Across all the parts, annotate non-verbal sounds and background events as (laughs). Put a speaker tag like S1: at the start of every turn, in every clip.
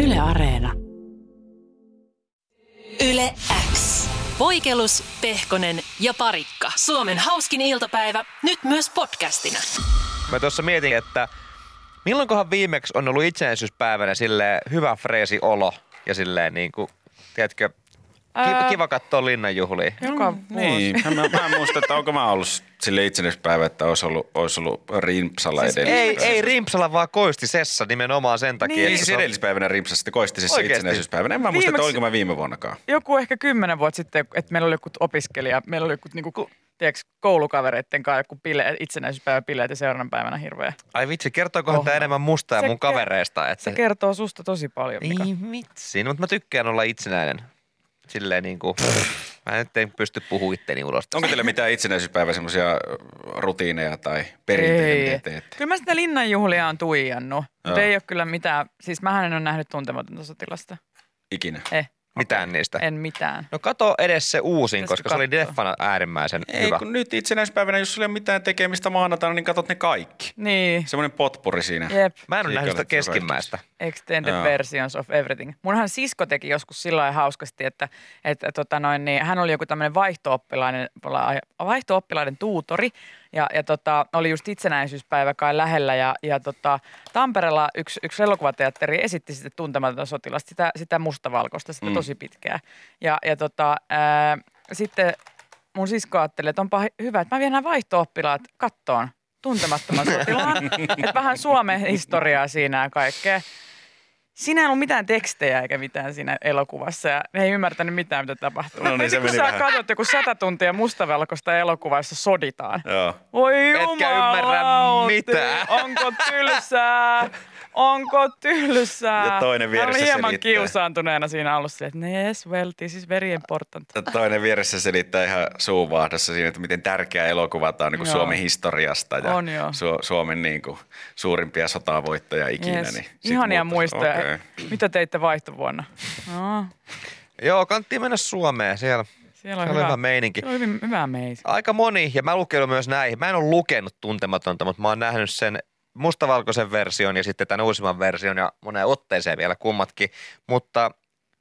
S1: Yle Areena.
S2: Yle X.
S1: Voikelus, Pehkonen ja Parikka. Suomen hauskin iltapäivä, nyt myös podcastina.
S3: Mä tuossa mietin, että milloinkohan viimeksi on ollut itsenäisyyspäivänä sille hyvä freesi olo ja silleen niin kuin, tiedätkö, kiva,
S4: Ää- no
S3: kiva katsoa linnanjuhlia.
S4: Joka
S5: Niin, mä, mä en muista, että onko mä ollut sille itsenäispäivä, että olisi ollut, olisi ollut rimpsalla siis
S3: Ei,
S4: niin.
S3: ei Rimpsala, vaan Koisti Sessa nimenomaan sen takia.
S5: Niin,
S3: että
S5: siis
S3: se on-
S5: edellispäivänä rimpsassa, sitten koistisessa
S3: Oikeesti?
S5: itsenäisyyspäivänä. En mä muista, että
S4: Viimeksi-
S5: olinko mä viime vuonnakaan.
S4: joku ehkä kymmenen vuotta sitten, että meillä oli joku opiskelija, meillä oli joku niinku, tiedätkö, koulukavereiden kanssa joku bile, itsenäisyyspäivä bileet ja seuraavan päivänä hirveä.
S3: Ai vitsi, kertookohan tämä enemmän musta ja
S4: Oh. Se
S3: mun
S4: ker-
S3: kavereista? Että...
S4: Se kertoo susta tosi paljon, Mika.
S3: Niin vitsi, no, mutta mä tykkään olla itsenäinen. Silleen niin kuin, mä nyt en pysty puhumaan itteni ulos. tästä.
S5: Onko teillä mitään itsenäisyyspäivän semmoisia rutiineja tai perinteitä, mitä teette?
S4: Kyllä mä sitä linnanjuhlia on tuijannut, mutta
S5: Joo.
S4: ei ole kyllä mitään, siis mähän en ole nähnyt tuntematonta sotilasta.
S5: Ikinä.
S4: Eh,
S3: Mitään niistä.
S4: en mitään.
S3: No kato edes se uusin,
S4: Pitäisikö
S3: koska se oli
S4: katsoa?
S3: Deffana äärimmäisen
S5: Ei,
S3: hyvä.
S5: kun nyt itsenäispäivänä, jos sulla ei ole mitään tekemistä maanantaina, niin katot ne kaikki.
S4: Niin,
S5: Semmoinen potpuri siinä.
S4: jep,
S3: Mä en ole
S5: Siitä
S3: nähnyt sitä
S5: olet se
S3: keskimmäistä.
S4: extended
S5: Joo.
S4: versions of everything. Munhan sisko teki joskus sillä lailla hauskasti, että, että tota noin, niin hän oli joku tämmöinen vaihto-oppilainen, vaihto-oppilaiden tuutori ja, ja tota, oli just itsenäisyyspäivä kai lähellä ja, ja tota, Tampereella yksi, yksi elokuvateatteri esitti sitten tuntematonta sotilasta, sitä, sitä mustavalkoista, sitä
S5: Mm.
S4: tosi pitkää. Ja, ja tota, ää, sitten mun sisko ajatteli, että onpa hyvä, että mä vien nämä vaihto-oppilaat kattoon tuntemattoman
S5: (laughs)
S4: sotilaan. että vähän Suomen historiaa siinä ja kaikkea. Siinä ei ollut mitään tekstejä eikä mitään siinä elokuvassa ja ne ei ymmärtänyt mitään, mitä tapahtuu.
S5: No niin,
S4: Mietin,
S5: se
S4: kun
S5: meni
S4: sä
S5: vähän.
S4: katsot joku sata tuntia mustavalkoista elokuvaa, jossa soditaan.
S5: Joo.
S4: Voi
S3: Etkä ymmärrä
S4: jumalauti,
S5: (laughs)
S3: mitään.
S4: onko tylsää? Onko tylsää?
S5: Ja toinen
S4: Mä olin
S5: vieressä
S4: hieman
S5: selittää.
S4: kiusaantuneena siinä alussa, silleen, että yes, well, this is very important.
S5: Toinen vieressä selittää ihan suunvaahdossa siinä, että miten tärkeä elokuva tämä on niin
S4: Joo.
S5: Suomen historiasta ja
S4: On joo.
S5: Su- Suomen niin kuin, suurimpia sotavoittajia ikinä.
S4: Yes.
S5: Niin sit
S4: Ihania
S5: muuta-
S4: muistoja.
S5: Okei.
S4: Mitä teitte vaihtovuonna? No,
S3: Joo, kannattiin mennä Suomeen. Siellä,
S4: siellä on
S3: Siellä
S4: hyvä,
S3: on hyvä meininki.
S4: Siellä on hyvin- hyvä meitä.
S3: Aika moni, ja mä lukeudun myös näihin. Mä en ole lukenut tuntematonta, mutta mä oon nähnyt sen mustavalkoisen version ja sitten tämän uusimman version ja moneen otteeseen vielä kummatkin. Mutta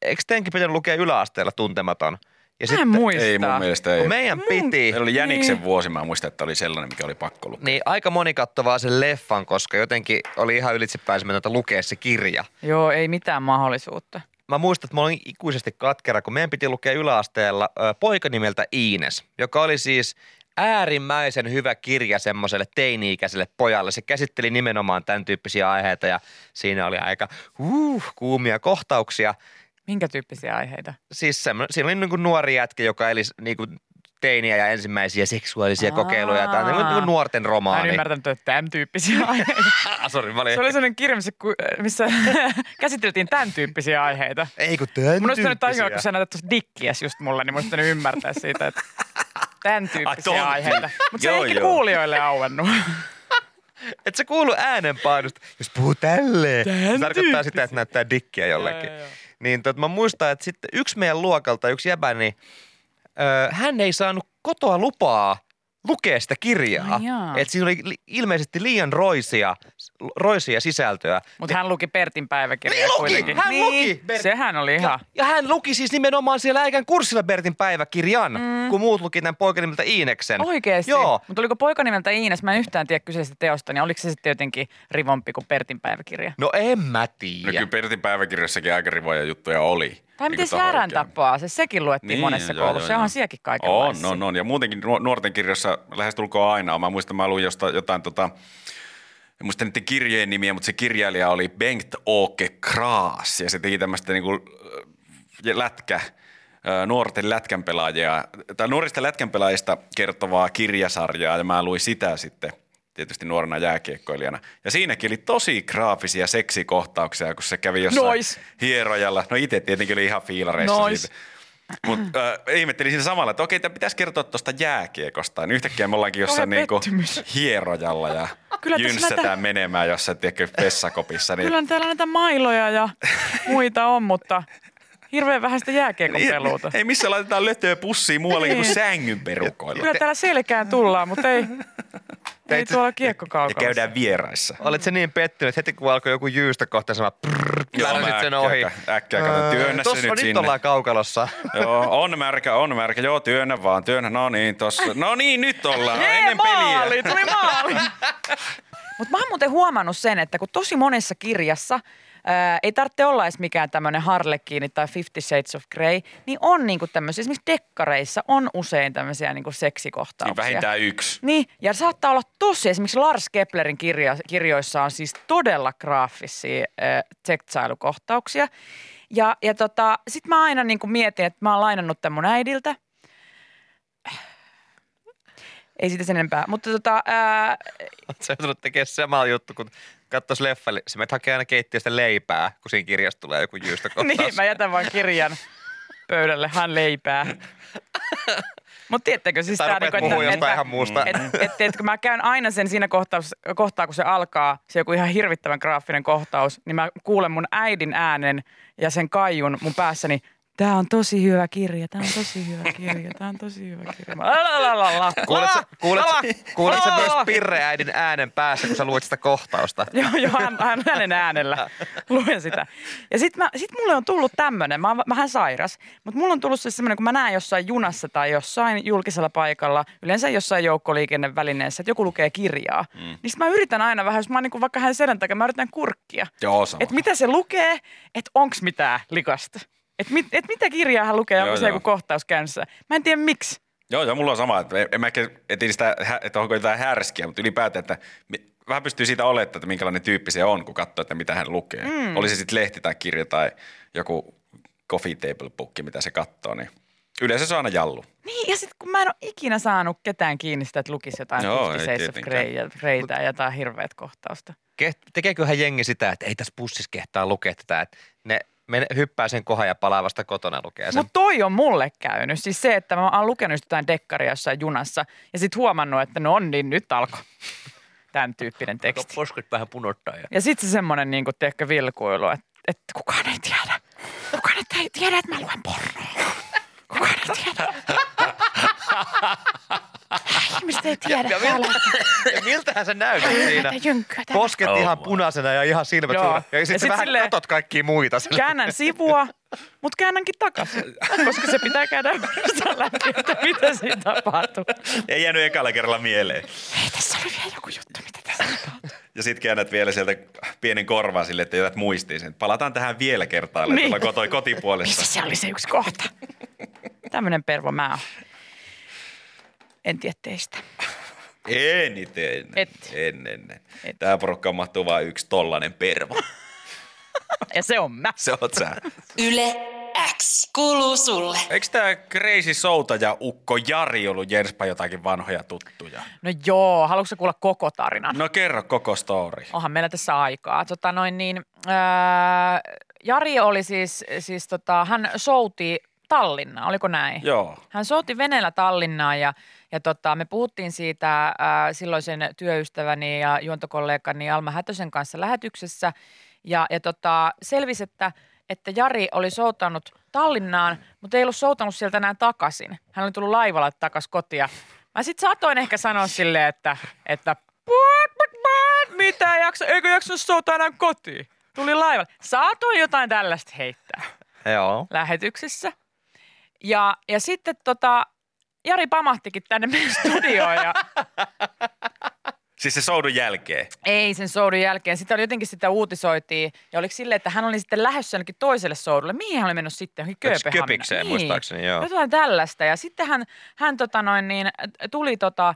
S3: eikö teidänkin pitänyt lukea yläasteella tuntematon? Ja
S4: Mä en muista.
S5: Ei mun mielestä ei.
S3: kun meidän piti,
S5: Meillä oli Jäniksen
S4: Niin.
S5: vuosi, mä muistan, että oli sellainen, mikä oli pakko lukea.
S3: niin aika moni katsoi vaan sen leffan, koska jotenkin oli ihan ylitsepääsemätöntä lukea se kirja.
S4: Joo, ei mitään mahdollisuutta.
S3: mä muistan, että mä olin ikuisesti katkera, kun meidän piti lukea yläasteella ö, poika nimeltä Iines, joka oli siis äärimmäisen hyvä kirja semmoiselle teini-ikäiselle pojalle. Se käsitteli nimenomaan tämän tyyppisiä aiheita ja siinä oli aika uh, kuumia kohtauksia.
S4: Minkä tyyppisiä aiheita?
S3: Siis semmo- siinä oli niin kuin nuori jätkä, joka eli niin kuin teiniä ja ensimmäisiä seksuaalisia
S4: Aa.
S3: kokeiluja. Tämä on niin kuin nuorten
S4: Mä en
S3: romaani.
S4: ymmärtänyt, että tämän
S5: (laughs)
S4: tyyppisiä aiheita.
S3: Ah, (laughs) sorry, mä olin...
S4: Se oli sellainen kirja, missä, ku- missä (laughs) käsiteltiin tämän tyyppisiä aiheita.
S3: Ei kun tämän
S4: Mun olisi nyt tajua, kun
S3: tyyppisiä.
S4: sä näytät tuossa dikkiäs just mulle, niin mun olisi pitänyt ymmärtää siitä, että tämän tyyppisiä
S5: ton-
S4: aiheita. Mutta se ei
S5: Joo,
S4: ehkä
S5: joo.
S4: kuulijoille auennut.
S3: Et se kuulu äänenpainosta, jos puhuu tälleen. Se tarkoittaa sitä, että näyttää dikkiä jollekin.
S4: Joo, joo, joo.
S3: Niin tot, mä muistan, että sitten yksi meidän luokalta, yksi jäbä, niin ö, hän ei saanut kotoa lupaa lukea sitä kirjaa.
S4: Ai No jaa.
S3: Et siinä oli li- ilmeisesti liian roisia, roisia sisältöä.
S4: Mutta hän luki Pertin päiväkirjaa
S3: Niin luki!
S4: kuitenkin.
S3: Hän
S4: niin,
S3: luki Pertin-
S4: Sehän oli ihan.
S3: Ja hän luki siis nimenomaan siellä äikän kurssilla Bertin päiväkirjan, mm. kun muut luki tämän poikan nimeltä Iineksen.
S4: Oikeesti?
S3: Joo.
S4: Mutta oliko poika nimeltä Iines? Mä en yhtään tiedä kyseisestä teosta, niin oliko se sitten jotenkin rivompi kuin Pertin päiväkirja?
S3: No en mä
S5: No
S3: tiedä.
S5: kyllä Pertin päiväkirjassakin aika rivoja juttuja oli.
S4: Tai
S5: Niinku
S4: miten
S5: taho
S4: härän
S5: oikein.
S4: tapaa? Se, sekin luettiin
S5: Niin,
S4: monessa
S5: joo,
S4: koulussa.
S5: joo,
S4: Joo,
S5: joo.
S4: on sielläkin
S5: On,
S4: kaikenlaisia.
S5: on, on. Ja muutenkin nuo- nuorten kirjassa lähestulkoon aina on. Mä muistan, mä luin josta, jotain tota, en muista niiden kirjeen nimiä, mutta se kirjailija oli Bengt Åke Kraas. Ja se teki tämmöistä niinku, äh, lätkä, äh, nuorten lätkänpelaajia, tai nuorista lätkänpelaajista kertovaa kirjasarjaa. Ja mä luin sitä sitten tietysti nuorena jääkiekkoilijana. Ja siinäkin oli tosi graafisia seksikohtauksia, kun se kävi jossain
S4: Nois.
S5: hierojalla. No itse tietenkin oli ihan fiilareissa
S4: Nois.
S5: siitä. Mutta äh, ihmettelin siinä samalla, että okei, tämä pitäisi kertoa tuosta jääkiekosta. Niin yhtäkkiä me ollaankin jossain
S4: Kauhea
S5: niinku
S4: pettymys.
S5: hierojalla ja
S4: (laughs) Kyllä
S5: Kyllä
S4: tässä
S5: jynssätään
S4: näitä-
S5: menemään jossain tiedätkö, vessakopissa. Niin,
S4: Kyllä täällä näitä mailoja ja muita on, mutta hirveän vähän sitä jääkiekon
S5: niin Ei-
S4: peluuta.
S5: Ei missä laitetaan lötöä pussiin muualle kuin
S4: Niin.
S5: sängyn perukoilla.
S4: Kyllä täällä selkään tullaan, mutta ei, Ei
S3: Teit-
S4: tuolla
S5: Ja
S4: kiekkokaukalossa.
S5: käydään vieraissa.
S3: Olit se niin pettynyt, että heti kun alkoi joku jyystä kohta, sä vaan prrrr,
S5: Joo, mä
S3: pläräsit sen
S5: äkkiä
S3: ohi.
S5: kä- äkkiä katson,
S3: Öö,
S5: työnnä se
S3: tossa
S5: nyt
S3: nyt
S5: sinne.
S3: ollaan kaukalossa. (laughs)
S5: Joo, on märkä, on märkä. Joo, työnnä vaan, työnnä. No niin, tossa. No niin, nyt ollaan.
S4: Jee,
S5: Ennen
S4: maali,
S5: peliä.
S4: tuli
S5: (laughs)
S4: maali. Mutta mä oon muuten huomannut sen, että kun tosi monessa kirjassa ää, ei tarvitse olla edes mikään tämmöinen harlekiini tai Fifty Shades of Grey, niin on niinku tämmöisiä, esimerkiksi dekkareissa on usein tämmöisiä niinku seksikohtauksia.
S5: Niin vähintään yksi.
S4: Niin, ja saattaa olla tosi. Esimerkiksi Lars Keplerin kirja, kirjoissa on siis todella graafisia äh, tseksailukohtauksia. Ja, ja tota, sit mä aina niin kuin mietin, että mä oon lainannut tämän mun äidiltä. Ei siitä sen enempää. Mutta tota, ää,
S3: Oot sä joutunut tekemään sama juttu, kun katsois leffa, niin sä menet hakee aina keittiöstä leipää, kun siinä kirjasta tulee joku jyystä
S4: (laughs) niin, mä jätän vaan kirjan pöydälle, hän leipää. Mutta tiettäkö siis
S3: Sä
S4: tää,
S3: rupeat
S4: niinku,
S3: puhua
S4: että-
S3: jostain
S4: että-
S3: ihan muusta.
S4: Et, et, et, kun mä käyn aina sen siinä kohtaa, kohtaa, kun se alkaa, se joku ihan hirvittävän graafinen kohtaus, niin mä kuulen mun äidin äänen ja sen kaijun mun päässäni. Tää on tosi hyvä kirja, tää on tosi hyvä kirja, tää on tosi hyvä kirja. Mä, La, la, la, la.
S3: Kuulet, sä- kuulet,
S4: la,
S3: sä- kuulet sä
S4: la,
S3: myös
S4: la.
S3: Pirre äidin äänen päässä, kun sä luet sitä kohtausta.
S4: Joo, joo, hän, hän, hänen äänellä. Luen sitä. Ja sitten sit mulle on tullut tämmöinen, mä oon vähän sairas, mutta mulla on tullut siis semmoinen, kun mä näen jossain junassa tai jossain julkisella paikalla, yleensä jossain joukkoliikennevälineessä, että joku lukee kirjaa. Mm. Niin sit mä yritän aina vähän, jos mä oon niinku vaikka hänen selän takia, mä yritän kurkkia.
S5: Joo, sama.
S4: Että mitä se lukee, että onks mitään likasta. Että mit, et mitä kirjaa hän lukee,
S5: Joo,
S4: onko se
S5: joo.
S4: joku kohtaus käynnissä. Mä en tiedä miksi.
S5: Joo, joo, mulla on sama. Että en- en mä ehkä etin sitä, hä- että onko jotain härskiä, mutta ylipäätään, että mi- vähän pystyy siitä olettamaan, että minkälainen tyyppi se on, kun katsoo, että mitä hän lukee. Mm. Oli se sitten lehti tai kirja tai joku coffee table book, mitä se katsoo, niin yleensä se on aina jallu.
S4: Niin, ja sitten kun mä en ole ikinä saanut ketään kiinni sitä, että lukisi jotain
S5: Joo,
S4: Joo,
S5: ei
S4: Shades of
S5: tietenkään.
S4: Grey ja Greytä ja jotain hirveät kohtausta.
S3: Keht- Tekeeköhän jengi sitä, että ei tässä bussissa kehtaa lukea tätä, että ne men- hyppää sen kohan ja palaa vasta kotona lukea sen.
S4: Mutta toi on mulle käynyt. Siis se, että mä oon lukenut just jotain dekkaria jossain junassa ja sitten huomannut, että no on niin, nyt alkoi. (laughs) Tämän tyyppinen teksti.
S3: posket vähän punottaa. Ja.
S4: Ja sitten se semmoinen niin ehkä vilkuilu, että, että kukaan ei tiedä. Kukaan nyt ei tiedä, että mä luen pornoa. Kukaan ei
S5: (laughs)
S4: tiedä. Ihmiset ei tiedä.
S3: Ja, miltä, ja miltähän se näytit siinä?
S4: Näitä jynkkyä täällä.
S3: Posket
S5: Oh
S3: ihan
S5: my.
S3: punaisena ja ihan silmät
S4: Joo.
S3: suurena. Ja
S4: Ja
S3: sitten
S4: sit
S3: vähän
S4: silleen-
S3: katot kaikkia muita. sille.
S4: käännän sivua, mutta käännänkin takaisin, koska se pitää käydä uudestaan läpi, että mitä siinä tapahtuu.
S5: Ei jäänyt ekalla kerralla mieleen.
S4: Hei, tässä oli vielä joku juttu, mitä tässä tapahtui.
S5: Ja sitten käännät vielä sieltä pienen korvaa sille, että jätät muistiin sen. Palataan tähän vielä kertaalle
S4: Niin.
S5: tuolla koto- kotipuolessa.
S4: Missä se oli se yksi kohta? Tämmöinen pervo mä oon. En tiedä teistä.
S5: Eniten.
S4: Et.
S5: En, en, en.
S4: Et.
S5: Tää porukka mahtuu vain yksi tollanen pervo.
S4: Ja se on mä.
S5: Se oot sä.
S1: Yle X kuuluu sulle.
S5: Eikö tämä Crazy Soutaja Ukko Jari ollut Jenspa jotakin vanhoja tuttuja?
S4: No joo, haluatko sä kuulla koko tarinan?
S5: No kerro koko story.
S4: Onhan meillä tässä aikaa. Tota noin niin, ää, Jari oli siis, siis tota, hän souti Tallinnaa, oliko näin?
S5: Joo.
S4: Hän souti veneellä Tallinnaan ja, ja tota, me puhuttiin siitä ää, silloisen työystäväni ja juontokollegani Alma Hätösen kanssa lähetyksessä. Ja, ja tota, selvisi, että, että Jari oli soutanut Tallinnaan, mutta ei ollut soutanut sieltä enää takaisin. Hän oli tullut laivalla takaisin kotia. Mä sitten saatoin ehkä sanoa silleen, että, että what, what, what, mitä jaksa, eikö jaksanut soutaa enää kotiin? Tuli laivalla. Saatoin jotain tällaista heittää
S3: (laughs) Joo.
S4: lähetyksessä. Ja, ja sitten tota, Jari pamahtikin tänne meidän studioon ja
S5: Siis se soudun jälkeen.
S4: (laughs) ei sen soudun jälkeen. Sitten oli jotenkin sitä uutisoitiin ja oliko silleen, että hän oli sitten lähdössä jonnekin toiselle soudulle. Mihin hän oli mennyt sitten? Johonkin
S3: Eks
S4: Kööpenhaminaan. Niin.
S3: Köpikseen muistaakseni, joo.
S4: Jotain tällaista. Ja sitten hän, hän tota noin niin, tuli, tota,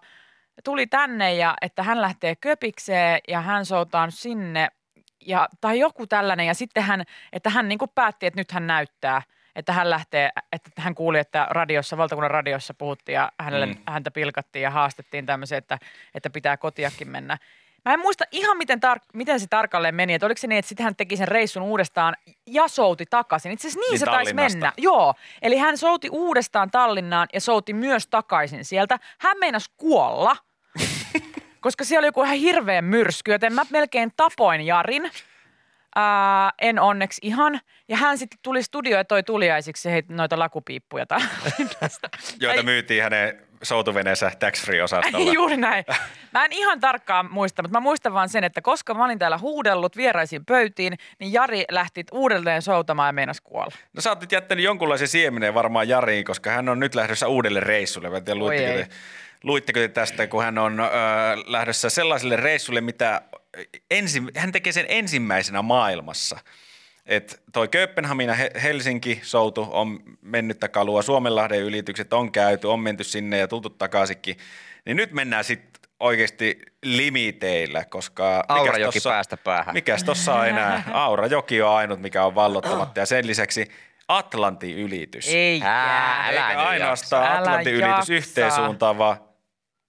S4: tuli tänne ja että hän lähtee Köpikseen ja hän soutaan sinne ja, tai joku tällainen. Ja sitten hän, että hän niin kuin päätti, että nyt hän näyttää, että hän lähtee, että hän kuuli, että radiossa, valtakunnan radiossa puhuttiin ja hänelle,
S5: Mm.
S4: mm. häntä pilkattiin ja haastettiin tämmöiseen, että, että pitää kotiakin mennä. Mä en muista ihan miten, tar- miten se tarkalleen meni, että oliko se niin, että sitten hän teki sen reissun uudestaan ja souti takaisin. Itse asiassa niin,
S5: Niin
S4: niin se taisi
S5: Tallinnasta.
S4: mennä. Joo, eli hän souti uudestaan Tallinnaan ja souti myös takaisin sieltä. Hän meinasi kuolla, koska siellä oli joku ihan hirveä myrsky, joten mä melkein tapoin Jarin. Ää, en onneksi ihan. Ja hän sitten tuli studioon ja toi tuliaisiksi hei, noita lakupiippuja. tai-
S5: Joita
S4: (laughs) Ai-
S5: myytiin hänen soutuveneessä tax free osastolla.
S4: Juuri näin. Mä en ihan tarkkaan muista, mutta mä muistan vaan sen, että koska mä olin täällä huudellut vieraisiin pöytiin, niin Jari lähti uudelleen soutamaan ja meinas kuolla.
S5: No sä oot nyt jättänyt jonkunlaisen siemenen varmaan Jariin, koska hän on nyt lähdössä uudelle reissulle. Mä en tiedä,
S4: Voi
S5: luitteko
S4: ei.
S5: te, luitteko te tästä, kun hän on ö, lähdössä sellaiselle reissulle, mitä ensi, hän tekee sen ensimmäisenä maailmassa. Et toi Kööpenhamina He- Helsinki soutu on mennyttä kalua, Suomenlahden ylitykset on käyty, on menty sinne ja tultu takaisinkin. Niin nyt mennään sitten oikeasti limiteillä, koska... mikäs
S3: Aurajoki
S5: tossa-
S3: päästä päähän.
S5: Mikäs tossa on enää? Aurajoki on ainut, mikä on vallottamatta ja sen lisäksi Atlantin ylitys.
S4: Ei.
S3: Ää,
S5: Eikä
S3: älä nyt jaksa.
S5: ainoastaan
S4: jaksa.
S5: Atlantin
S4: Älä
S5: ylitys
S4: jaksa.
S5: yhteen suuntaan, vaan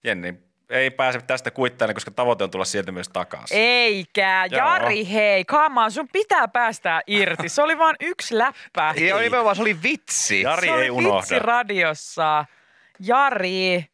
S5: Jenni ei pääse tästä kuittaina, koska tavoite on tulla sieltä myös takaisin.
S4: Eikä.
S5: Joo.
S4: Jari, hei, come on, sun pitää päästää irti. Se oli vaan yksi läppä.
S3: Ja nimenomaan se oli vitsi.
S5: (laughs) Jari
S4: se oli
S5: ei unohda.
S4: vitsi radiossa. Jari,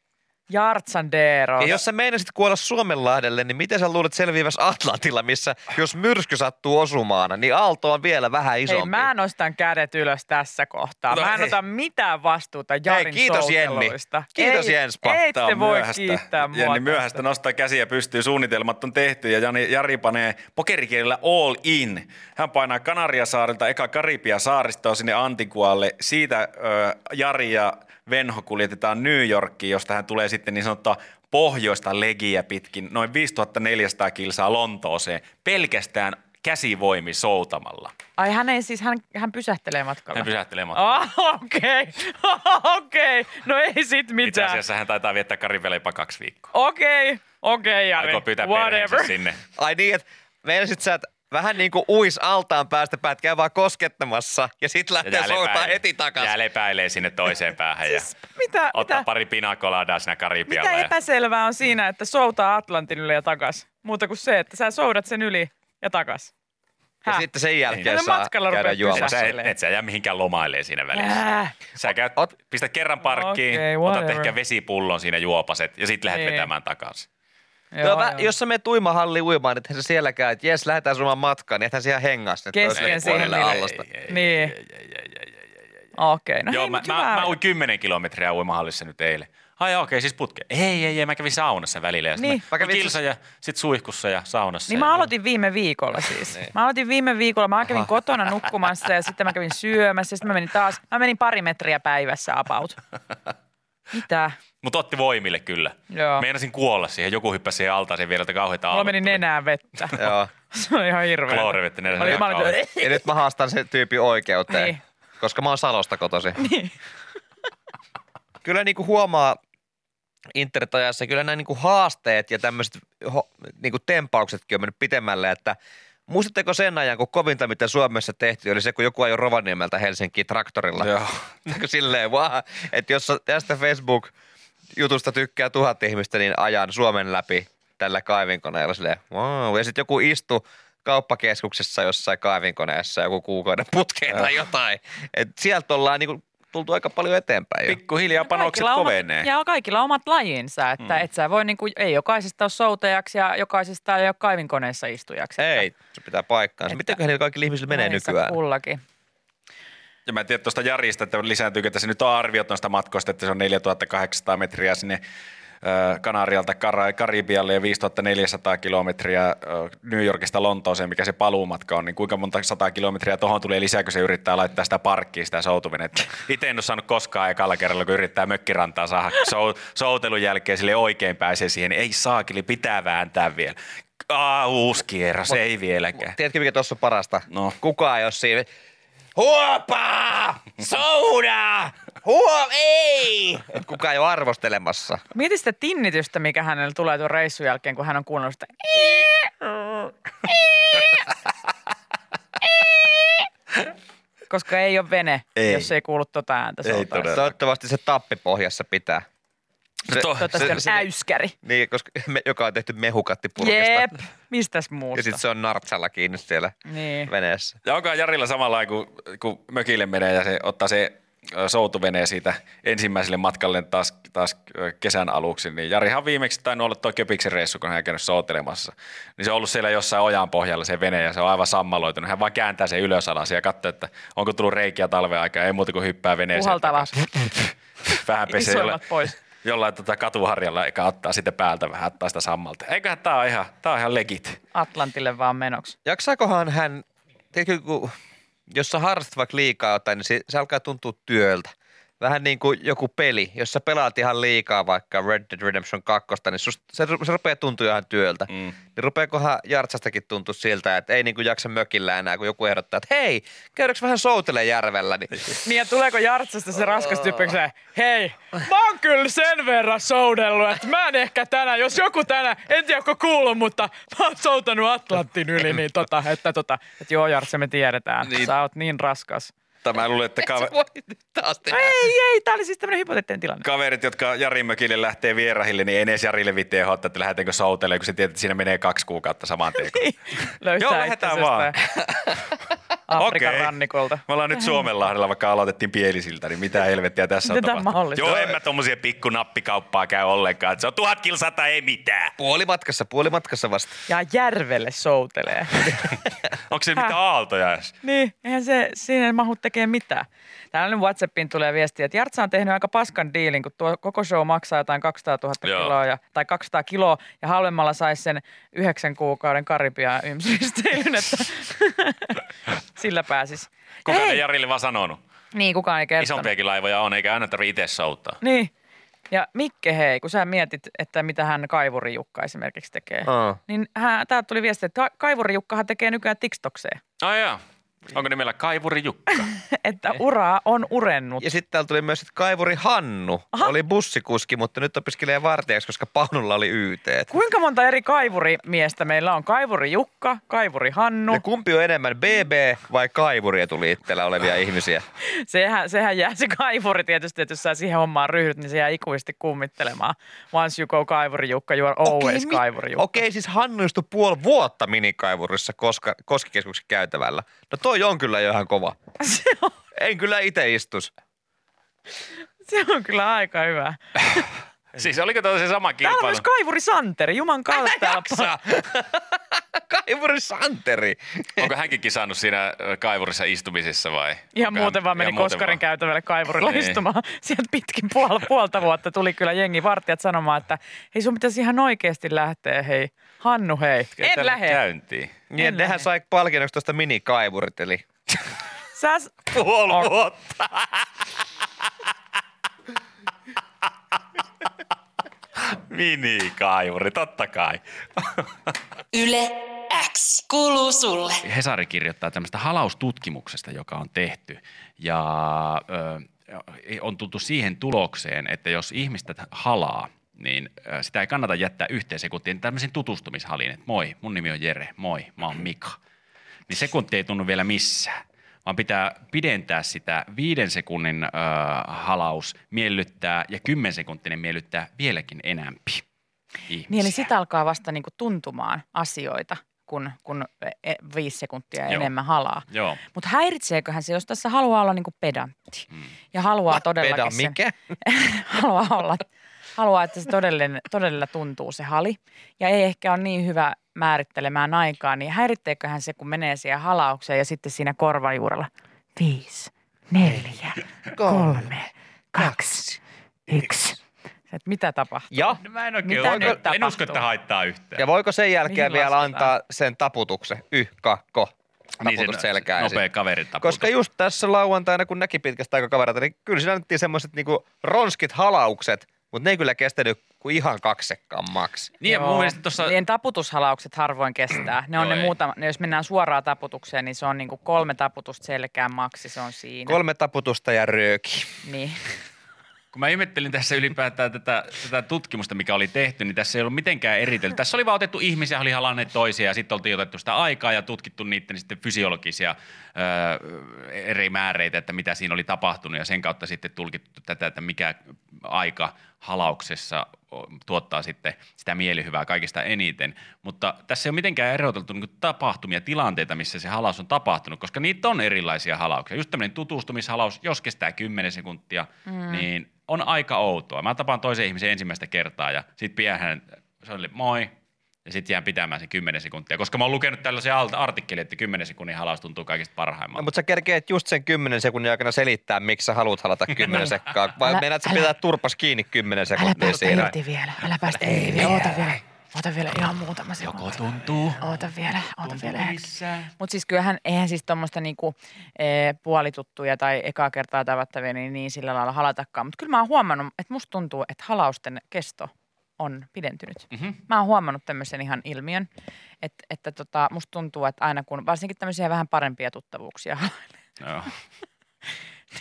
S4: Jartsanderos.
S3: Ja jos sä meinasit kuolla Suomenlahdelle, niin miten sä luulet selviäväs Atlantilla, missä jos myrsky sattuu osumaan, niin aalto on vielä vähän
S4: Hei,
S3: isompi.
S4: mä nostan kädet ylös tässä kohtaa.
S3: No
S4: mä en
S3: hei.
S4: ota mitään vastuuta Jarin
S3: Hei, kiitos, Jenni.
S4: souteluista.
S3: Kiitos,
S4: ei,
S3: Jenspa.
S4: Ei
S5: Tää
S4: te
S5: on
S4: voi kiittää mua
S5: Jenni
S4: tästä.
S5: myöhäistä nostaa käsiä pystyy, suunnitelmat on tehty ja Jani, Jari panee pokerikielellä all in. Hän painaa Kanariasaarilta eka Karibia saaristoa sinne Antikualle. Siitä ö, Jari ja Venho kuljetetaan New Yorkiin, josta hän tulee sitten niin sanottua pohjoista legiä pitkin, noin 5400 kilsaa Lontooseen, pelkästään käsivoimi soutamalla.
S4: Ai hän ei siis, hän, hän pysähtelee matkalla.
S5: Hän pysähtelee matkaa.
S4: Ah, okei, (laughs) okei. No ei sit
S5: Itse
S4: mitään.
S5: asiassa hän taitaa viettää Karibialla jopa kaksi viikkoa.
S4: Okei, okei Jari.
S5: Aikoo pyytää
S4: Whatever.
S5: perheensä sinne.
S3: Ai niin, että meinasit sä, että vähän niin kuin uis altaan päästä pätkää vaan koskettamassa ja sit lähtee soutaa
S5: lepäilee-
S3: heti takas.
S5: Jää lepäilee sinne toiseen päähän ja
S4: Siis mitä,
S5: ottaa
S4: mitä,
S5: pari pinakoladaa siinä Karibialla.
S4: mitä epäselvää on siinä, että soutaa Atlantin yli ja takas? Muuta kuin se, että sä soudat sen yli ja takas.
S3: Ja
S4: Häh?
S3: sitten sen jälkeen
S4: Älä
S3: saa
S4: matkalla
S3: käydä
S4: rupea
S5: Et
S3: juomassa.
S5: sä,
S4: Passelee.
S5: et sä jää mihinkään lomailee siinä välissä.
S4: Äh.
S5: Sä käyt,
S3: Ot-
S5: pistä kerran parkkiin,
S4: Okei,
S5: otat
S4: whatever.
S5: ehkä vesipullon siinä juopaset ja sit lähdet
S4: Niin.
S5: vetämään takaisin.
S3: Joo, joo. Jos sä menet uimahalliin uimaan, että se sielläkään, että jes, lähdetään sun matkaan, niin ethän siellä hengaa sinne
S4: Kesken
S3: toiselle
S4: siihen
S3: puolelle
S4: niille-
S3: allosta.
S4: Niin. Okei, no
S5: Joo,
S4: hei,
S5: mä,
S4: mut
S5: mä,
S4: hyvä.
S5: mä uin 10 kilometriä uimahallissa nyt eilen. Ai okei, okay, siis putke. Ei, ei, ei, mä kävin saunassa välillä. Ja sit
S4: Niin.
S5: niin.
S3: Mä
S5: mä, mä
S3: kävin
S5: kilsa ja sit suihkussa ja saunassa.
S4: Niin
S5: ja-
S4: mä aloitin viime viikolla
S3: (laughs)
S4: siis.
S3: Niin.
S4: Mä aloitin viime viikolla, mä kävin kotona nukkumassa ja sitten mä kävin syömässä ja sitten mä menin taas, mä menin pari metriä päivässä
S3: (laughs)
S4: about. Mitä?
S5: Mut otti voimille kyllä.
S4: Joo.
S5: Meinasin kuolla siihen. Joku hyppäsi siihen altaaseen vielä, että kauheita
S4: Mulla meni nenään vettä.
S3: Joo.
S4: (laughs) Se oli ihan hirveä.
S5: Kloorivettä nenään.
S4: Oli, mä olin,
S5: Kauheeta.
S3: Ja nyt mä haastan sen tyypin oikeuteen,
S4: Niin.
S3: koska mä oon Salosta kotosi. Niin. Kyllä niinku huomaa internetajassa, kyllä nämä niinku haasteet ja tämmöiset ho, niinku tempauksetkin on mennyt pitemmälle, että Muistatteko sen ajan, kun kovinta, mitä Suomessa tehtiin, oli se, kun joku ajoi Rovaniemeltä Helsinkiin traktorilla? (laughs)
S5: Joo.
S3: Silleen vaan, että jos sä tästä Facebook-jutusta tykkää tuhat ihmistä, niin ajan Suomen läpi tällä kaivinkoneella silleen, wow. Ja sitten joku istu kauppakeskuksessa jossain kaivinkoneessa joku kuukauden putkeen tai jotain. Et sieltä ollaan niinku tultu aika paljon eteenpäin jo.
S5: Pikkuhiljaa panokset
S4: Kaikilla
S5: kovenee.
S4: Omat, ja kaikilla omat lajinsa, että mm. et sä voi niinku, ei jokaisesta ole soutajaksi ja jokaisesta ei ole kaivinkoneessa istujaksi. että-
S3: Ei, se pitää paikkaansa.
S4: Että-
S3: Mitenköhän niillä kaikilla ihmisillä menee
S4: Lajinsa
S3: nykyään?
S4: Kullakin.
S5: Ja mä en tiedä tuosta Jarista, että lisääntyykö tässä nyt on arviot noista matkoista, että se on 4800 metriä sinne ö, Kanarialta Kara- Karibialle ja 5400 kilometriä ö, New Yorkista Lontooseen, mikä se paluumatka on, niin kuinka monta sataa kilometriä tuohon tulee lisää, kun se yrittää laittaa sitä parkkiin, sitä soutuvenettä. Itse en ole saanut koskaan ekalla kerralla, kun yrittää mökkirantaa saada sou- soutelun jälkeen sille oikein pääsee siihen, niin ei saakeli, pitää vääntää vielä. Aa, uusi kierros, ei vieläkään.
S3: Tiedätkö, mikä tuossa on parasta?
S5: No.
S3: Kukaan ei ole siinä. Huopaa! Souda! Huo... Ei! Et kukaan ei ole arvostelemassa.
S4: Mieti sitä tinnitystä, mikä hänellä tulee tuon reissun jälkeen, kun hän on kuunnellut sitä. Koska ei ole vene,
S5: Ei.
S4: jos ei kuulu tota ääntä.
S5: Ei
S4: soutaa.
S5: todella.
S3: Toivottavasti se tappi pohjassa pitää. Se,
S5: To-
S4: Toivottavasti on äyskäri.
S3: Niin, koska me, joka on tehty mehukattipurkista.
S4: Jep, mistäs
S3: Ja
S4: muusta.
S3: sitten se on nartsalla kiinni siellä
S4: Niin.
S3: veneessä.
S5: Ja onkohan Jarilla samalla kun, kun mökille menee ja se ottaa se ö, soutuveneen siitä ensimmäiselle matkalle taas, taas ö, kesän aluksi, niin Jarihan viimeksi tainnut olla tuo Köpiksen reissu, kun hän on käynyt soutelemassa. Niin se on ollut siellä jossain ojan pohjalla se vene ja se on aivan sammaloitunut. Hän vaan kääntää sen ylös alas ja katsoo, että onko tullut reikiä talven aikaa. Ei muuta kuin hyppää veneeseen.
S4: Puhaltaa vaan
S5: takaisin. (laughs) Vähän pesee.
S4: isoimmat pois.
S5: jollain tota katuharjalla eikä ottaa sitä päältä vähän, ottaa sitä sammalta. Eiköhän tää ole ihan, tää on ihan legit.
S4: Atlantille vaan menoksi.
S3: Jaksaakohan hän, tiedätkö, kun, jos sä harrastat vaikka liikaa jotain, niin se, se alkaa tuntua työltä. Vähän niin kuin joku peli, jos sä pelaat ihan liikaa vaikka Red Dead Redemption 2, niin susta, se, se rupeaa tuntua ihan työltä. Mm. Niin rupeakohan Jartsastakin tuntua siltä, että ei niin kuin jaksa mökillä enää, kun joku ehdottaa, että hei, käydäänkö vähän soutele järvellä, niin
S4: Niin ja tuleeko Jartsasta se raskas tyyppi, kun se, hei, mä oon kyllä sen verran soudellut, että mä en ehkä tänään, jos joku tänään, en tiedä onko kuullut, mutta mä oon soutanut Atlantin yli, niin tota, että tota, että joo Jartsa, me tiedetään,
S5: Niin.
S4: niin. sä oot niin raskas.
S5: Tai mä luulen, että
S3: sä
S5: kaveri...
S3: voi nyt taas tehdä.
S4: Ei, ei, tää oli siis tämmönen hypoteettinen tilanne.
S5: kaverit, jotka Jarin mökille lähtee vierahille, niin ei edes Jarille vitteen hoittaa, että lähdetäänkö sautelemaan, kun se tietää, että siinä menee kaksi kuukautta saman tien. kun-
S4: Löysää
S5: Joo, lähetään
S4: itsensä
S5: vaan.
S4: jostain (laughs) Afrikan
S5: Okei.
S4: rannikolta.
S5: Me ollaan nyt Suomenlahdella, vaikka aloitettiin pielisiltä, niin mitä helvettiä tässä on
S4: Miten tää
S5: tapahtunut?
S4: mahdollista?
S5: Joo, en mä tommosia pikku nappikauppaa käy ollenkaan. että Se on tuhat kilsata, ei mitään.
S3: Puolimatkassa, puolimatkassa vasta.
S4: Ja järvelle
S5: (laughs)
S4: soutelee.
S5: Onko se mitään aaltoja edes?
S4: Niin, eihän se siinä mahu tekee mitään. Täällä nyt Whatsappiin tulee viestiä, että Jartsa on tehnyt aika paskan diilin, kun tuo koko show maksaa jotain 200 000
S5: Joo.
S4: kiloa ja, tai 200 kiloa ja halvemmalla saisi sen yhdeksän kuukauden karibia ymsyristeilyn, että (laughs) sillä pääsis.
S5: Kukaan ei
S4: Hei!
S5: Jarille vaan sanonut.
S4: Niin, kukaan ei kertonut.
S5: Isompiakin laivoja on, eikä aina tarvitse itse souttaa.
S4: Niin. Ja Mikke, hei, kun sä mietit, että mitä hän Kaivuri Jukka esimerkiksi tekee,
S3: Aa.
S4: niin hän, täältä tuli viesti, että Ka- Kaivuri Jukkahan tekee nykyään TikTokseen, (laughs)
S5: Ai jaa. Onko nimellä Kaivuri Jukka?
S4: että uraa on urennut.
S3: Ja sitten täällä tuli myös että kaivuri Hannu. Aha. Oli bussikuski, mutta nyt opiskelee vartijaksi, koska Paunulla oli YT.
S4: Kuinka monta eri kaivurimiestä meillä on? Kaivuri Jukka, kaivuri Hannu.
S3: Ja kumpi on enemmän, BB vai kaivuri etuliitteellä olevia ihmisiä?
S4: Sehän, sehän jää se kaivuri tietysti, että jos sä siihen hommaan ryhdyt, niin se jää ikuisesti kummittelemaan. Once you go kaivuri Jukka, you are always
S3: mi-
S4: okay, kaivuri Jukka.
S3: Okei, siis Hannu istui puoli vuotta minikaivorissa koska, koskikeskuksen käytävällä. No toi on kyllä jo ihan kova.
S4: (laughs) Se, on,
S3: En kyllä itse istus. (laughs)
S4: se on kyllä aika hyvä.
S5: siis oliko tuo se sama
S4: Täällä on
S5: kilpailu?
S4: myös kaivuri Santeri, juman kautta. täällä on
S3: Jaksa! kaivuri Santeri.
S5: Onko hänkin kisannut siinä ö, kaivurissa istumisissa vai?
S4: Ihan
S5: Onko
S4: muuten
S5: hän-
S4: vaan meni
S5: ihan muuten
S4: Koskarin
S5: vaan?
S4: käytävälle kaivurilla
S5: Niin.
S4: niin. istumaan. (laughs) Sieltä pitkin puol- puolta vuotta tuli kyllä jengi vartijat sanomaan, että hei sun pitäisi ihan oikeasti lähteä, hei. Hannu, hei. En
S5: Täällä
S4: lähde.
S5: Käyntiin.
S3: Ja Niin, nehän sai palkinnoksi tuosta minikaivurit, eli
S4: Sä,
S5: Puoli vuotta. Minikaivuri, totta kai.
S1: Yle X kuuluu sulle.
S2: Hesari kirjoittaa tämmöistä halaustutkimuksesta, joka on tehty. Ja ö, on tultu siihen tulokseen, että jos ihmistä halaa, niin ö, sitä ei kannata jättää yhteen sekuntiin tämmöisen tutustumishaliin, että moi, mun nimi on Jere, moi, mä oon Mika. Niin sekunti ei tunnu vielä missään, vaan pitää pidentää sitä viiden sekunnin ö, halaus, miellyttää ja kymmen sekuntinen miellyttää vieläkin enämpi ihmisiä.
S4: niin eli sitä alkaa vasta niinku tuntumaan asioita, kun, kun e- viisi sekuntia
S2: Joo.
S4: Joo. enemmän halaa.
S2: Joo.
S4: Mutta häiritseeköhän se, jos tässä haluaa olla niinku pedantti ja (laughs) haluaa todellakin
S3: peda
S4: sen-
S3: mikä?
S4: haluaa olla, haluaa, että se todellinen, todella tuntuu se hali. Ja ei ehkä ole niin hyvä määrittelemään aikaa, niin häiritteeköhän se, kun menee siihen halaukseen ja sitten siinä korvajuurella. Viisi, neljä, kolme, kaksi, yksi. Et mitä tapahtuu?
S3: Ja
S2: No Mä en oikein
S4: Mitä nyt
S2: en
S4: tapahtuu?
S2: usko, että haittaa yhtään.
S3: Ja voiko sen jälkeen
S4: Mihin
S3: vielä
S4: lasketaan?
S3: antaa sen taputuksen? Yh, kakko. Taputus
S2: Niin, se
S3: selkään.
S2: Nopea
S3: esiin.
S2: kaveri taputus.
S3: Koska just tässä lauantaina, kun näki pitkästä aikaa kavereita, niin kyllä siinä annettiin semmoiset niinku ronskit halaukset, mutta ne ei kyllä kestänyt kuin ihan kaksekkaan maksi.
S2: Niin ja mun mielestä tuossa...
S4: Niin taputushalaukset harvoin kestää. Ne on
S2: Joo,
S4: ne
S2: ei.
S4: muutama, ne jos mennään suoraan taputukseen, niin se on niinku kolme taputusta selkään maksi, se on siinä.
S3: Kolme taputusta ja rööki.
S4: niin.
S2: Kun mä ihmettelin tässä ylipäätään tätä, tätä tutkimusta, mikä oli tehty, niin tässä ei ollut mitenkään eritelty. Tässä oli vaan otettu ihmisiä, oli halanneet toisia ja sitten oltiin otettu sitä aikaa ja tutkittu niiden sitten fysiologisia öö, eri määreitä, että mitä siinä oli tapahtunut ja sen kautta sitten tulkittu tätä, että mikä aika halauksessa o, tuottaa sitten sitä mielihyvää kaikista eniten. Mutta tässä ei ole mitenkään eroteltu niin tapahtumia, tilanteita, missä se halaus on tapahtunut, koska niitä on erilaisia halauksia. Just tämmöinen tutustumishalaus, jos kestää 10 sekuntia, mm. niin on aika outoa. Mä tapaan toisen ihmisen ensimmäistä kertaa ja sit pidän hänen, se oli moi, ja sitten jään pitämään sen 10 sekuntia, koska mä oon lukenut tällaisen alt- artikkelin, että 10 sekunnin halaus tuntuu kaikista
S3: No,
S2: parhaimmalta.
S3: mutta sä kerkeet just sen 10 sekunnin aikana selittää, miksi sä haluat halata
S4: (laughs)
S3: 10 sekkaa. Vai
S4: Älä-
S3: meinaat sä
S4: älä-
S3: pitää turpas kiinni 10
S4: Älä
S3: sekuntia
S4: päästä
S3: siinä?
S4: irti vielä, älä päästä irti vielä, oota vielä. Oota vielä ihan muutama sekunti.
S2: Joko tuntuu,
S4: Oota vielä, oota vielä.
S2: missään.
S4: Mutta siis kyllähän, eihän siis tuommoista niinku, e, puolituttuja tai ekaa kertaa tavattavia niin, niin sillä lailla halatakaan. Mutta kyllä mä oon huomannut, että musta tuntuu, että halausten kesto on pidentynyt.
S2: Mhm.
S4: Mä oon huomannut tämmöisen ihan ilmiön, että, että tota, musta tuntuu, että aina kun, varsinkin tämmöisiä vähän parempia tuttavuuksia (laughs)
S2: Joo.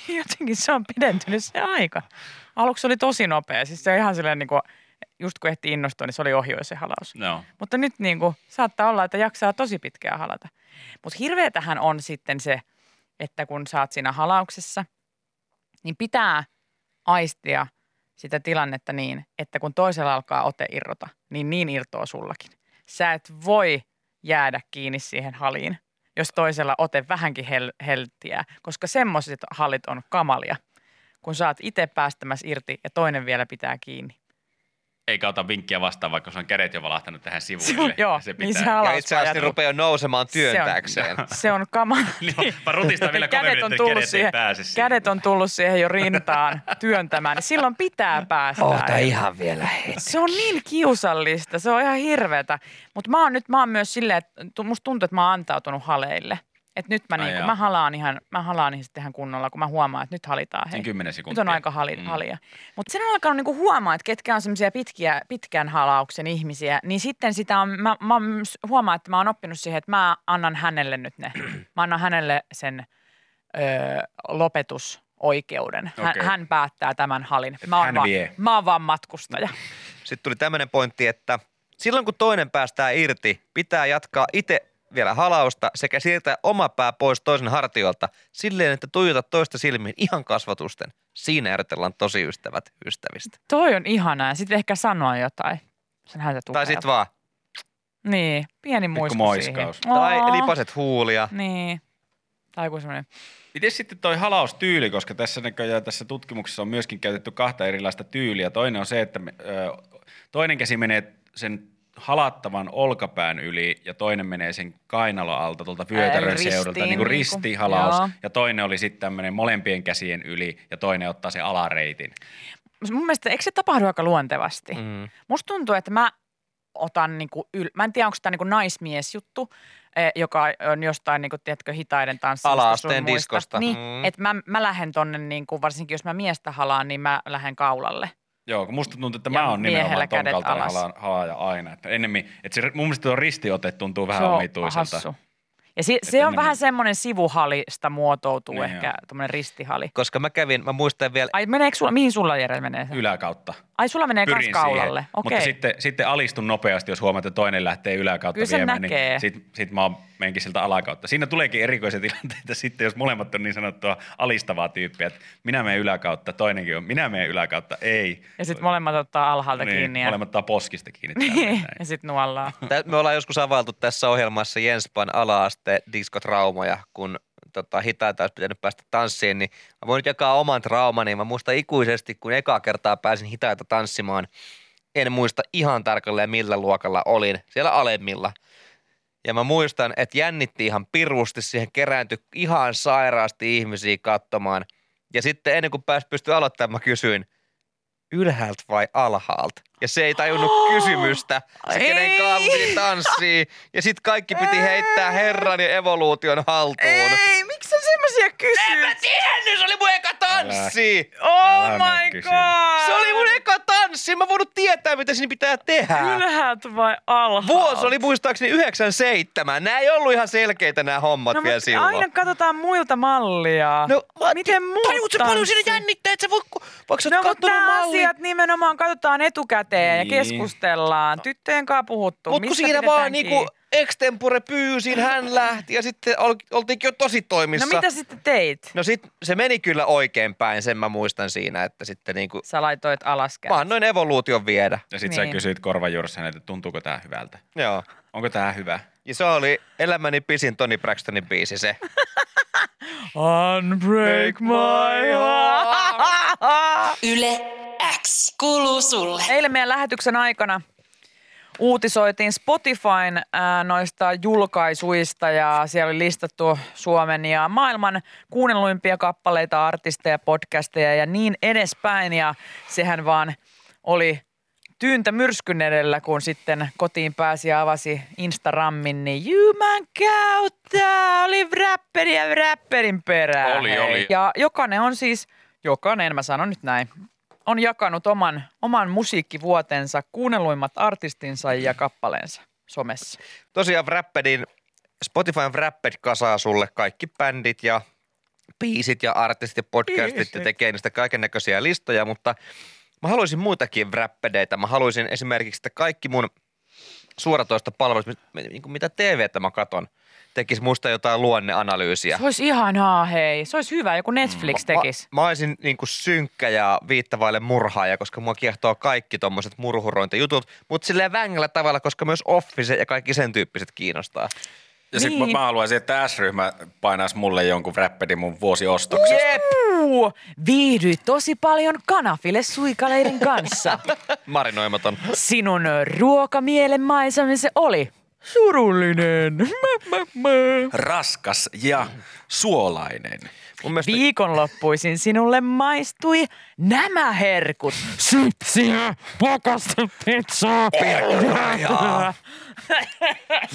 S4: niin jotenkin se on pidentynyt se aika. Aluksi se oli tosi nopea, siis se on ihan silleen niin kuin, just kun ehti innostua, niin se oli ohi jo se halaus.
S2: No.
S4: Mutta nyt niin kuin, saattaa olla, että jaksaa tosi pitkään halata. Mutta hirveetähän on sitten se, että kun sä oot siinä halauksessa, niin pitää aistia sitä tilannetta niin, että kun toisella alkaa ote irrota, niin niin irtoaa sullakin. Sä et voi jäädä kiinni siihen haliin, jos toisella ote vähänkin hel- heltiää, koska semmoiset halit on kamalia, kun sä oot itse päästämässä irti ja toinen vielä pitää kiinni.
S2: Eikä ota vinkkiä vastaan, vaikka se on kädet jo valahtanut tähän
S4: Se on-
S2: sivuille.
S4: joo,
S2: ja se
S4: niin
S2: pitää.
S4: se
S3: Ja itse asiassa ne
S4: halauspajat
S3: rupeaa jo nousemaan työntääkseen.
S4: se on kamala.
S2: (laughs) Niin, vaan rutistaa
S4: (laughs)
S2: vielä
S4: kädet
S2: kovemmin,
S4: on
S2: että
S4: tullut
S2: kädet ei
S4: siihen,
S2: pääse siihen.
S4: Kädet on tullut siihen jo rintaan työntämään. niin Silloin pitää päästä.
S3: ihan vielä hetki.
S4: se on niin kiusallista, se on ihan hirveetä. Mutta mä oon nyt, mä oon myös silleen, että tu- musta tuntuu, että mä oon antautunut haleille. Että nyt mä,
S2: Ai
S4: niinku,
S2: jaa.
S4: mä halaan ihan, mä halaan ihan sitten ihan kunnolla, kun mä huomaan, että nyt halitaan.
S2: Sen
S4: Hei.
S2: 10
S4: Nyt
S2: sekuntia.
S4: on aika hali,
S2: Mm.
S4: halia. Mutta sen on alkanut niinku huomaa, että ketkä on semmoisia pitkiä, pitkän halauksen ihmisiä, niin sitten sitä on, mä, mä oon myös- huomaan, että mä oon oppinut siihen, että mä annan hänelle nyt
S2: (clears throat)
S4: ne, mä annan hänelle sen öö, lopetusoikeuden. Hän,
S2: Okei.
S4: hän päättää tämän halin. Mä
S2: hän
S4: oon, vaan,
S2: vie.
S4: mä oon vaan
S2: (clears throat)
S4: matkustaja.
S3: Sitten tuli tämmöinen pointti, että silloin kun toinen päästää irti, pitää jatkaa itse vielä halausta sekä siirtää oma pää pois toisen hartioilta silleen, että tuijota toista silmiin ihan kasvatusten. Siinä erotellaan tosi ystävät ystävistä.
S4: Toi on ihanaa. Sitten ehkä sanoa jotain. Sen häntä
S3: tai
S4: tukee.
S3: sitten vaan,
S4: Niin, pieni muistu siihen.
S5: moiskaus.
S3: tai
S4: Aa,
S3: lipaset huulia.
S4: Niin. Tai joku semmoinen.
S5: Miten sitten toi halaustyyli, koska tässä näköjään tässä tutkimuksessa on myöskin käytetty kahta erilaista tyyliä. Toinen on se, että me- ö, toinen käsi menee sen halattavan olkapään yli ja toinen menee sen kainaloalta tuolta
S4: Ää,
S5: vyötärön
S4: ristiin
S5: seudulta, niin kuin
S4: niinku.
S5: ristihalaus.
S4: Joo.
S5: Ja toinen oli sitten tämmöinen molempien käsien yli ja toinen ottaa sen alareitin.
S4: Mun mielestä, eikö se tapahdu aika luontevasti?
S3: Mm.
S4: Musta tuntuu, että mä otan niinku yl... Mä en tiedä, onko tämä niinku naismiesjuttu, eh, joka on jostain niinku, tiedätkö, hitaiden tanssista
S3: Ala-asteen
S4: sun muista.
S3: diskosta.
S4: Niin,
S3: Mm.
S4: että mä, mä lähden tonne, niinku, varsinkin jos mä miestä halaan, niin mä lähden kaulalle.
S5: Joo, kun musta tuntuu, että
S4: Ja
S5: mä oon
S4: miehellä
S5: nimenomaan ton
S4: kädet
S5: kaltainen
S4: alas.
S5: hala- halaaja aina. Että ennemmin, että se, mun mielestä tuo ristiote tuntuu vähän
S4: se on
S5: omituiselta.
S4: hassu. Ja se, se on
S5: enemmän-
S3: niin-
S4: vähän semmoinen sivuhalista muotoutuu
S5: Niin
S4: ehkä, tuommoinen ristihali.
S3: Koska mä kävin, mä muistan vielä,
S4: Ai meneekö sulla, mihin sulla Jere menee? se?
S5: Yläkautta.
S4: Ai sulla menee kans
S5: Pyrin
S4: kaulalle,
S5: siihen,
S4: okei.
S5: mutta sitten, sitten alistun nopeasti, jos huomaat, että toinen lähtee yläkautta
S4: Kyllä sen
S5: viemään,
S4: näkee.
S5: niin sit, sit mä oon- menenkin siltä alakautta. Siinä tuleekin erikoisia (laughs) tilanteita sitten, jos molemmat on niin sanottua alistavaa tyyppiä, että minä menen yläkautta, toinenkin on, minä menen yläkautta, ei. Niin,
S4: Ja sitten molemmat ottaa alhaalta
S3: Niin,
S4: kiinni. Ja,
S5: Molemmat ottaa
S4: (laughs)
S5: poskista kiinni.
S4: niin,
S5: täältä
S4: ja
S5: näin.
S4: sitten
S3: (laughs)
S4: nuollaan.
S3: Tä- Me ollaan joskus availtu tässä ohjelmassa Jenspan ala-aste diskotraumoja, kun tota, hitaita olisi pitänyt päästä tanssiin, niin mä voin nyt jakaa oman traumani. Mä muistan ikuisesti, kun ekaa kertaa pääsin hitaita tanssimaan, en muista ihan tarkalleen millä luokalla olin, siellä alemmilla. Ja mä muistan, että jännitti ihan pirusti, siihen kerääntyi ihan sairaasti ihmisiä katsomaan. Ja sitten ennen kuin pääs pysty aloittamaan, mä kysyin, ylhäältä vai alhaalta? Ja se ei tajunnut
S4: Oh!
S3: kysymystä. Se, kenen
S4: Ei!
S3: kalvi tanssii. Ja sit kaikki piti heittää herran ja evoluution haltuun.
S4: Ei, miksi sä semmosia kysyt?
S3: tiennyt, se oli mun eka tanssi!
S4: Oh
S5: Älä
S4: my
S5: nyt kysy.
S4: god!
S3: Se oli mun eka tanssi! Mä voinut tietää, mitä siinä pitää tehdä.
S4: Ylhäältä vai alhaalta?
S3: Vuosi oli muistaakseni 97. Nämä ei ollut ihan selkeitä nämä hommat
S4: no,
S3: vielä
S4: mut
S3: silloin.
S4: aina katsotaan muilta mallia.
S3: No, mä-
S4: Miten muut
S3: Tajut sä paljon siinä
S4: tanssii?
S3: jännittää, että sä voi, vaikka sä
S4: No
S3: oot
S4: mutta
S3: kattonut
S4: nämä
S3: mallin.
S4: asiat nimenomaan katsotaan etukäteen
S5: Niin.
S4: ja keskustellaan. Tyttöjen kanssa puhuttu.
S3: Mut kun
S4: mistä
S3: siinä
S4: pidetään
S3: vaan niinku
S4: kiinni?
S3: extempore pyysin, hän lähti ja sitten ol- oltiinkin jo tosi toimissa.
S4: No mitä sitten teit?
S3: No sit se meni kyllä oikein päin, sen mä muistan siinä, että sitten niinku,
S4: Sä laitoit alas
S3: mä
S4: kädet.
S3: annoin evoluution viedä.
S5: Ja sitten
S4: Niin.
S5: sä kysyit korvajuurissa, että tuntuuko tämä hyvältä.
S3: Joo.
S5: Onko tämä hyvä?
S3: Ja se oli elämäni pisin Toni Braxtonin biisi se.
S4: Unbreak my heart.
S1: Yle X kuuluu sulle.
S4: Eilen meidän lähetyksen aikana uutisoitiin Spotifyn ää, noista julkaisuista ja siellä oli listattu Suomen ja maailman kuunnelluimpia kappaleita, artisteja, podcasteja ja niin edespäin. Ja sehän vaan oli tyyntä myrskyn edellä, kun sitten kotiin pääsi ja avasi Instagrammin, niin Juman kautta oli räpperi ja räpperin perään.
S2: Oli, oli.
S4: Ja jokainen on siis, jokainen, mä sanon nyt näin, on jakanut oman, oman musiikkivuotensa, kuunnelluimmat artistinsa ja kappaleensa somessa.
S3: Tosiaan Wrappedin, Spotifyn Wrapped kasaa sulle kaikki bändit ja biisit ja artistit ja podcastit ja tekee niistä kaiken näköisiä listoja, mutta mä haluaisin muitakin Wrappedeitä. Mä haluaisin esimerkiksi, että kaikki mun suoratoista palvelut, niin mitä TVtä mä katon, tekisi musta jotain luonneanalyysiä.
S4: Se olisi ihanaa, hei. Se olisi hyvä, joku Netflix
S5: Mm.
S4: tekisi.
S3: Mä, mä olisin niin kuin synkkä ja viittavaille murhaaja, koska mua kiehtoo kaikki tommoset murhurointijutut, mutta silleen vängällä tavalla, koska myös Office ja kaikki sen tyyppiset kiinnostaa. (laughs)
S5: Ja sit
S4: Niin.
S5: niin. mä haluaisin, että S-ryhmä painaisi mulle jonkun räppedin mun vuosiostoksesta.
S3: Jep!
S4: Uu, viihdy tosi paljon kanafille suikaleiden kanssa.
S5: (laughs)
S3: Marinoimaton.
S4: Sinun ruokamielen maisemmin se oli surullinen. Mä, mä, mä.
S5: Raskas ja suolainen.
S3: Mun mielestä
S4: Viikonloppuisin sinulle maistui nämä herkut. Sipsiä, pakasta pizzaa. Ah.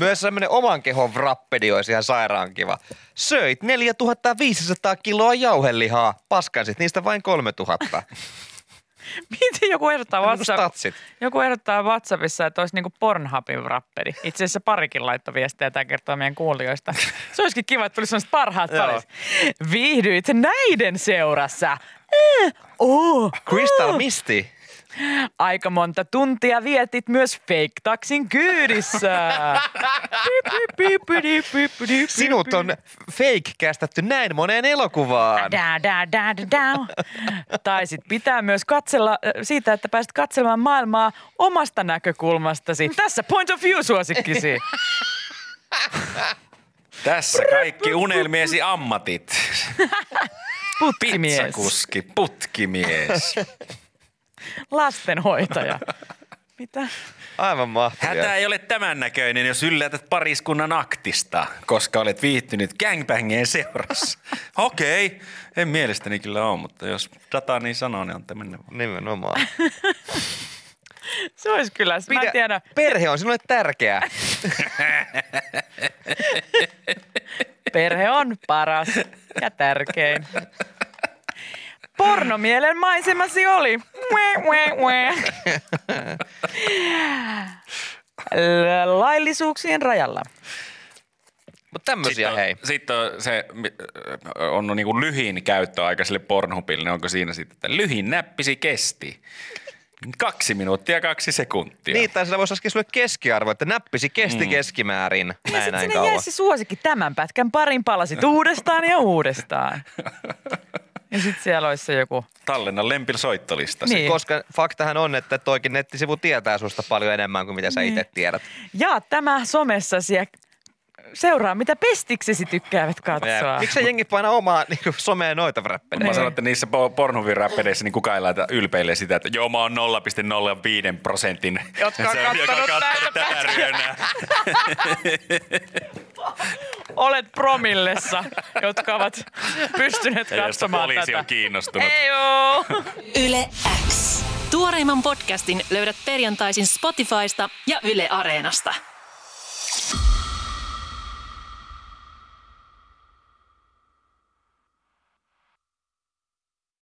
S3: myös semmoinen oman kehon rappedi olisi ihan sairaan kiva. Söit 4500 kiloa jauhelihaa, paskansit niistä vain
S4: (laughs)
S3: 3000.
S4: (laughs) Miten joku ehdottaa,
S3: Niinku
S4: WhatsApp,
S3: statsit.
S4: joku ehdottaa WhatsAppissa, että olisi niinku Pornhubin rappeli. Itse asiassa parikin laittoi viestejä tämä kertoo meidän (laughs) kuulijoista. Se olisikin kiva, että tulisi sellaiset parhaat
S3: Joo.
S4: parit. Viihdyit näiden seurassa. Eh, oh,
S3: Crystal Misti.
S4: Aika monta tuntia vietit myös fake taksin kyydissä.
S3: Sinut on fake kästetty näin moneen elokuvaan.
S4: Da, da, da, da, da. Tai sit pitää myös katsella äh, siitä, että pääset katselemaan maailmaa omasta näkökulmastasi. Tässä point of view suosikkisi.
S5: Tässä kaikki unelmiesi ammatit.
S4: Putkimies,
S5: Pizzakuski, putkimies,
S4: lastenhoitaja. Mitä?
S3: Aivan mahtavaa.
S5: Hätä ei ole tämän näköinen, jos yllätät pariskunnan aktista, koska olet viihtynyt gangbangien seurassa. (laughs) Okei, okay. en mielestäni kyllä ole, mutta jos data niin sanoo, niin on mennä vaan.
S3: Nimenomaan.
S4: Se olisi kyllä, (laughs) mä en tiedä.
S3: Perhe on sinulle tärkeä.
S4: Perhe on paras ja tärkein. Pornomielen maisemasi oli. Mue, mue, mue. L- Laillisuuksien rajalla.
S3: Mutta tämmöisiä
S5: on,
S3: hei.
S5: Sit on se mi- on niin kuin lyhin käyttöaika sille Pornhubille, niin onko siinä sitten, että lyhin näppisi kesti. Kaksi minuuttia, kaksi sekuntia.
S3: Niin, tai sillä voisi laskea sulle keskiarvo, että näppisi kesti mm. keskimäärin. Näin,
S4: Sitten
S3: näin
S4: sinne jäi
S3: kauan.
S4: se suosikki tämän pätkän parin palasit uudestaan ja uudestaan. Ja sitten siellä olisi se joku.
S5: Tallenna lempisoittolista.
S4: Niin.
S3: Koska faktahan on, että toikin nettisivu tietää susta paljon enemmän kuin mitä sä
S4: Niin.
S3: itse tiedät.
S4: Jaa tämä somessasi ja seuraa mitä pestiksesi tykkäävät katsoa.
S3: Miksi jengi painaa omaa niin someen noita
S4: Niin.
S3: räppejä?
S5: Mä sanon, että niissä po- Pornhubin räppeleissä niin kukaan ei laita ylpeille sitä, että joo, mä oon 0,05 prosentin.
S4: Jotka on
S5: (laughs) se, joka
S4: kattonut
S5: on
S4: näitä
S5: kattonut tätä ryönää.
S4: Olet promillessa, jotka ovat pystyneet
S5: Ja josta
S4: katsomaan
S5: poliisi
S4: tätä.
S5: on kiinnostunut.
S4: Ei oo.
S1: Yle X. Tuoreimman podcastin löydät perjantaisin Spotifysta ja Yle Areenasta.